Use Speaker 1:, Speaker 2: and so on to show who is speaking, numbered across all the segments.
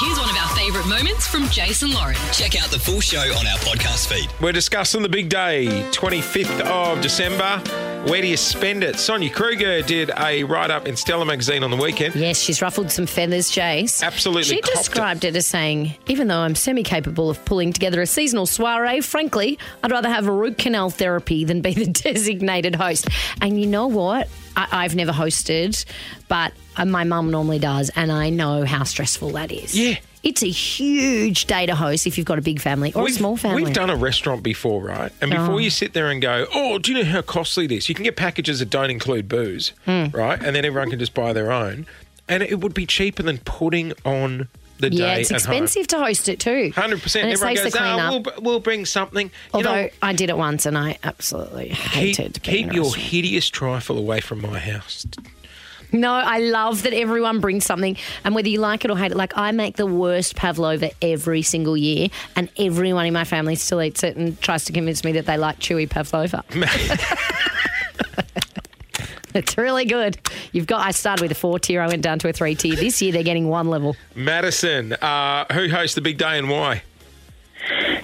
Speaker 1: Here's one of our favourite moments from Jason Lauren.
Speaker 2: Check out the full show on our podcast feed.
Speaker 3: We're discussing the big day, 25th of December. Where do you spend it? Sonia Kruger did a write up in Stella magazine on the weekend.
Speaker 4: Yes, she's ruffled some feathers, Jace.
Speaker 3: Absolutely
Speaker 4: She
Speaker 3: copped
Speaker 4: described it. as saying, even though I'm semi capable of pulling together a seasonal soiree, frankly, I'd rather have a root canal therapy than be the designated host. And you know what? I- I've never hosted, but uh, my mum normally does, and I know how stressful that is.
Speaker 3: Yeah.
Speaker 4: It's a huge day to host if you've got a big family or a small family. Oh.
Speaker 3: We've done a restaurant before, right? And before you sit there and go, oh, do you know how costly this? You can get packages that don't include booze,
Speaker 4: Hmm.
Speaker 3: right? And then everyone can just buy their own. And it would be cheaper than putting on the
Speaker 4: yeah,
Speaker 3: day
Speaker 4: it's
Speaker 3: at home.
Speaker 4: expensive to host it too.
Speaker 3: 100%.
Speaker 4: And it
Speaker 3: Everyone
Speaker 4: saves
Speaker 3: goes,
Speaker 4: the
Speaker 3: oh,
Speaker 4: cleanup.
Speaker 3: we'll, we'll bring something.
Speaker 4: Although
Speaker 3: you know,
Speaker 4: I did it once and I absolutely hated
Speaker 3: keep,
Speaker 4: being
Speaker 3: keep
Speaker 4: a
Speaker 3: your
Speaker 4: restaurant.
Speaker 3: hideous trifle away from my house.
Speaker 4: No, I love that everyone brings something, and whether you like it or hate it, like I make the worst pavlova every single year, and everyone in my family still eats it and tries to convince me that they like chewy pavlova. it's really good. You've got. I started with a four tier. I went down to a three tier. This year they're getting one level.
Speaker 3: Madison, uh, who hosts the big day and why?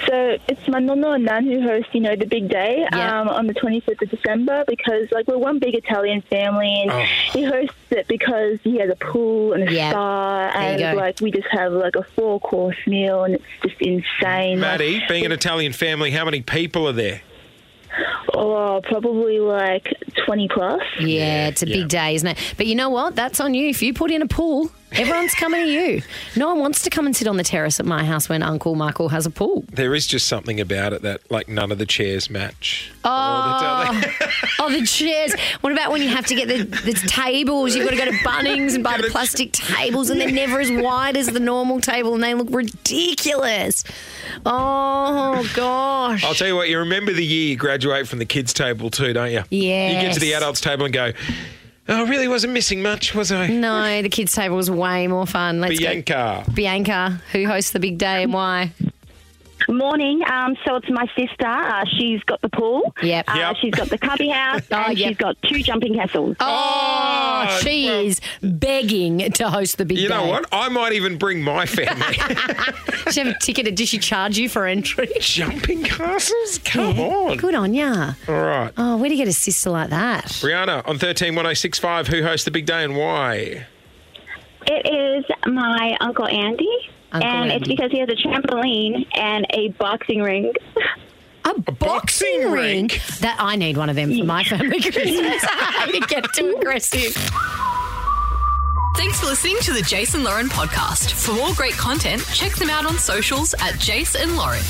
Speaker 5: So it's my nonno and nan who host, you know, the big day
Speaker 4: Yeah.
Speaker 5: um, on the 25th of December because, like, we're one big Italian family and
Speaker 3: Oh.
Speaker 5: he hosts it because he has a pool and a
Speaker 4: Yeah.
Speaker 5: spa
Speaker 4: There you
Speaker 5: and,
Speaker 4: go.
Speaker 5: like, we just have, like, a four-course meal and it's just insane. Like,
Speaker 3: Maddie, being an Italian family, how many people are there?
Speaker 5: oh, probably, like, 20 plus.
Speaker 4: Yeah, it's a
Speaker 3: yeah.
Speaker 4: big day, isn't it? But you know what? That's on you. If you put in a pool, everyone's coming to you. No one wants to come and sit on the terrace at my house when Uncle Michael has a pool.
Speaker 3: There is just something about it that, like, none of the chairs match.
Speaker 4: Oh.
Speaker 3: Or the-
Speaker 4: Oh, the chairs. What about when you have to get the, the tables? You've got to go to Bunnings and buy the plastic tables, and they're never as wide as the normal table, and they look ridiculous. Oh, gosh.
Speaker 3: I'll tell you what, you remember the year you graduate from the kids' table, too, don't you? You get to the
Speaker 4: Yes.
Speaker 3: adults' table and go, oh, I really wasn't missing much, was I?
Speaker 4: no, the kids' table was way more fun. Let's go.
Speaker 3: Bianca.
Speaker 4: Bianca, who hosts the big day and why?
Speaker 6: Morning. Um, so it's my sister. Uh, she's got the pool.
Speaker 4: Yep.
Speaker 6: Uh,
Speaker 3: Yep.
Speaker 6: She's got the cubby house.
Speaker 4: Oh,
Speaker 6: and
Speaker 4: yep.
Speaker 6: she's got two jumping castles.
Speaker 4: Oh,
Speaker 3: Oh,
Speaker 4: she
Speaker 3: well-
Speaker 4: is begging to host the big
Speaker 3: You
Speaker 4: day.
Speaker 3: know what? I might even bring my family.
Speaker 4: Does she have a ticket? Did she charge you for entry?
Speaker 3: Jumping castles? Come
Speaker 4: Yeah.
Speaker 3: on.
Speaker 4: Good on ya.
Speaker 3: All right.
Speaker 4: Oh, where do you get a sister like that?
Speaker 3: Brianna on 131065, who hosts the big day and why?
Speaker 6: It is my Uncle Andy.
Speaker 4: Uncle
Speaker 6: and Um, it's
Speaker 4: Andy.
Speaker 6: because he has a trampoline and a boxing ring.
Speaker 4: A,
Speaker 3: boxing
Speaker 4: ring.
Speaker 3: rink?
Speaker 4: That I need one of them for my family Christmas. I hate to get too aggressive.
Speaker 1: Thanks for listening to the Jason Lauren podcast. For more great content, check them out on socials at Jason Lauren.